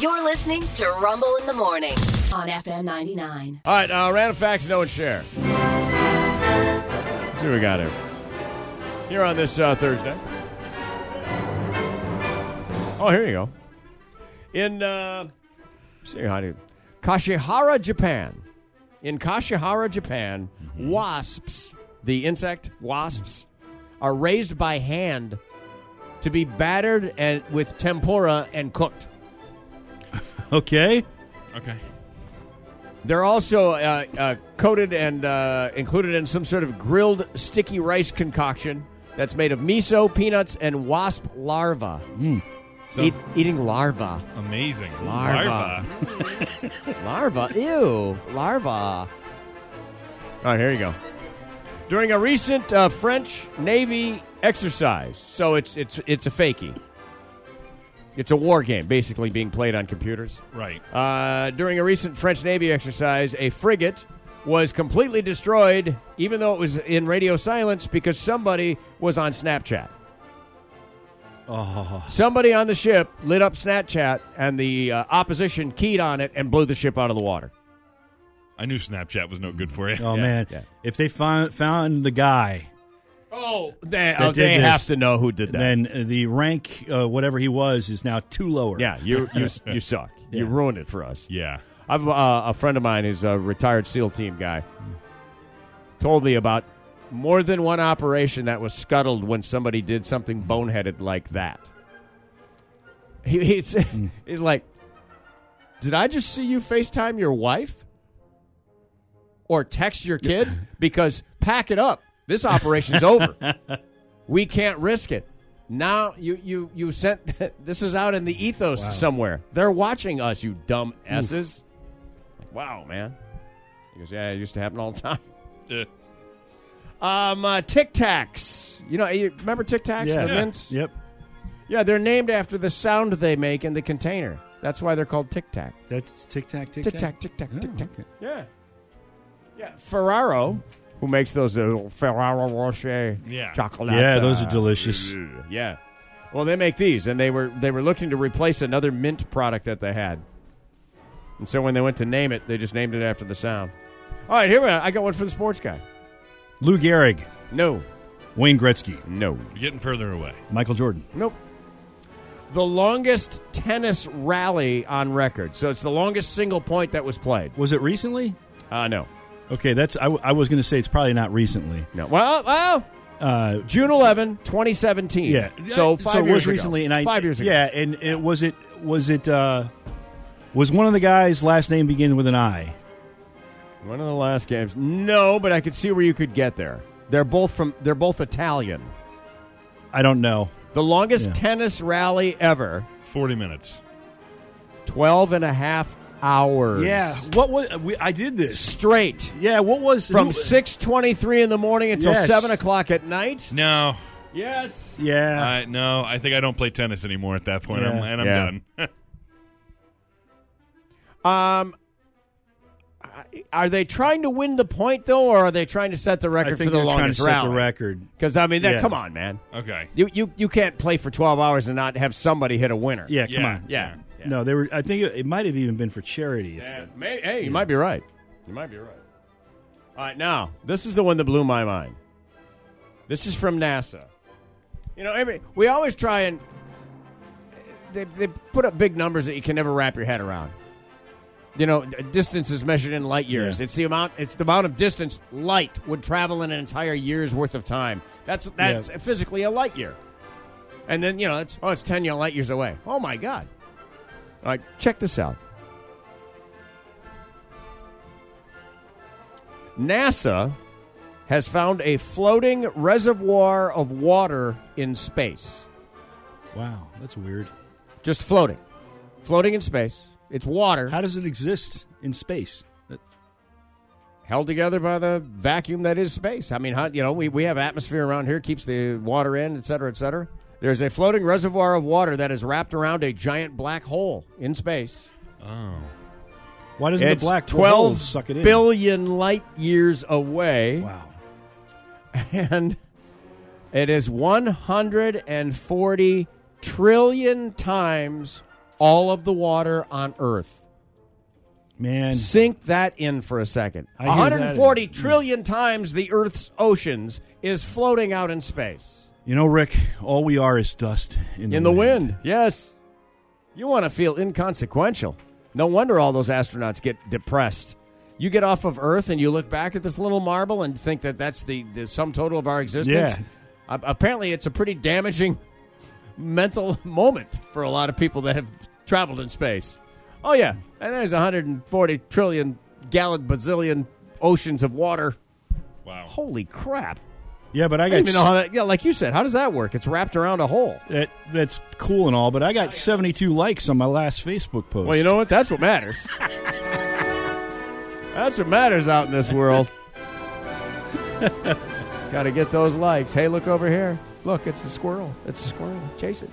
You're listening to Rumble in the Morning on FM 99. All right, uh, random facts, no one share. Let's see what we got here. Here on this uh, Thursday. Oh, here you go. In uh, see how do Kashihara, Japan. In Kashihara, Japan, wasps, the insect wasps, are raised by hand to be battered and with tempura and cooked. Okay. Okay. They're also uh, uh, coated and uh, included in some sort of grilled sticky rice concoction that's made of miso, peanuts, and wasp larva. Sounds Eat- eating larva. amazing. Larva. Larva? Ew. Larva. All right, here you go. During a recent uh, French Navy exercise, so it's it's it's a fakie. It's a war game, basically being played on computers. Right. Uh, during a recent French Navy exercise, a frigate was completely destroyed, even though it was in radio silence because somebody was on Snapchat. Oh, Somebody on the ship lit up Snapchat, and the uh, opposition keyed on it and blew the ship out of the water. I knew Snapchat was no good for you. Oh Yeah, man, yeah. if they found found the guy, Oh, they, oh, they have have to to know who did that. then the rank, uh, whatever he was, is now two lower. yeah, you you you suck. You Yeah. ruined it for us. Yeah. I've uh, a friend of mine is a retired SEAL team guy. Told me about more than one operation that was scuttled when somebody did something boneheaded like that. He, he's, he's like, "Did I just see you FaceTime your wife or text your kid? Because pack it up. This operation's over. We can't risk it." Now you you you sent this is out in the ethos somewhere. They're watching us, you dumb s's. Wow, man. He goes, yeah, it used to happen all the time. Eh. Um, uh, Tic Tacs. You know, you remember Tic Tacs? yeah. The mints? Yep. Yeah, they're named after the sound they make in the container. That's why they're called Tic Tac. That's tic tac, tic Tic Tac, tac, Tic Tac, Oh, Tic Tac. okay. Yeah. Yeah, Ferraro, who makes those uh, Ferraro Rocher Yeah. chocolate. uh, Yeah, those are delicious. Yeah. Well, they make these, and they were they were looking to replace another mint product that they had. And so when they went to name it, they just named it after the sound. All right, here we are. I got one for the sports guy. Lou Gehrig, No, Wayne Gretzky, no, We're getting further away. Michael Jordan. nope. The longest tennis rally on record. So it's the longest single point that was played. Was it recently? Uh, no, Okay, that's. I, w- I was going to say it's probably not recently. no. Well, well, Uh, June 11, 2017. yeah. So five so it years was ago. recently, and I five years ago. Yeah, and it was it was it uh, was one of the guys' last name beginning with an I. One of the last games. No, but I could see where you could get there. They're both from. They're both Italian. I don't know. The longest Yeah. tennis rally ever. 40 minutes. 12 and a half hours. What was we, I did this? Straight. Yeah. What was From who- 6.23 in the morning until Yes. 7 o'clock at night. No. Yes. Yeah. I no, I think I don't play tennis anymore at that point. I'm, Ah. Yeah. and I'm Yeah. done. Um, I- are they trying to win the point, though, or are they trying to set the I record think for the they're trying to longest set rally? the record. Because, I mean, that, Yeah. come on, man. okay. You, you, you can't play for 12 hours and not have somebody hit a winner. Yeah, come Yeah. on. Yeah. Yeah. No, they were. I think it, it might have even been for charity. if- Yeah, may, hey, you might be right. You might be right. All right, now this is the one that blew my mind. This is from NASA. You know, every, we always try and they, they put up big numbers that you can never wrap your head around. You know, d- distance is measured in light years. Yeah. It's the amount. It's the amount of distance light would travel in an entire year's worth of time. That's that's Yeah. physically a light year. And then you know, it's oh, it's ten light years away. Oh my god! All right, check this out. NASA has found a floating reservoir of water in space. Wow, that's weird. Just floating. Floating in space. It's water How does it exist in space? That- held together by the vacuum that is space. I mean, how, you know, we, we have atmosphere around here, keeps the water in, et cetera, et cetera. There's a floating reservoir of water that is wrapped around a giant black hole in space. Oh. Why doesn't it's the black hole 12 suck it in? billion light years away. Wow. and it is 140 trillion times all of the water on Earth. man. Sink that in for a second. I hear that. 140 trillion times the Earth's oceans is floating out in space. You know, Rick, all we are is dust in the, In the wind, yes. You want to feel inconsequential. No wonder all those astronauts get depressed. You get off of Earth and you look back at this little marble and think that that's the, the sum total of our existence. Yeah. A- apparently, it's a pretty damaging mental moment for a lot of people that have traveled in space. Oh, yeah. And there's 140 trillion gallon bazillion oceans of water. Wow. Holy crap. Yeah, but I I got don't even know how that, yeah, like you said, how does that work? It's wrapped around a hole. that that's cool and all, but I got 72 likes on my last Facebook post. Well, you know what? That's what matters. That's what matters out in this world. Got to get those likes. Hey, look over here. Look, it's a squirrel. It's a squirrel. Chase it.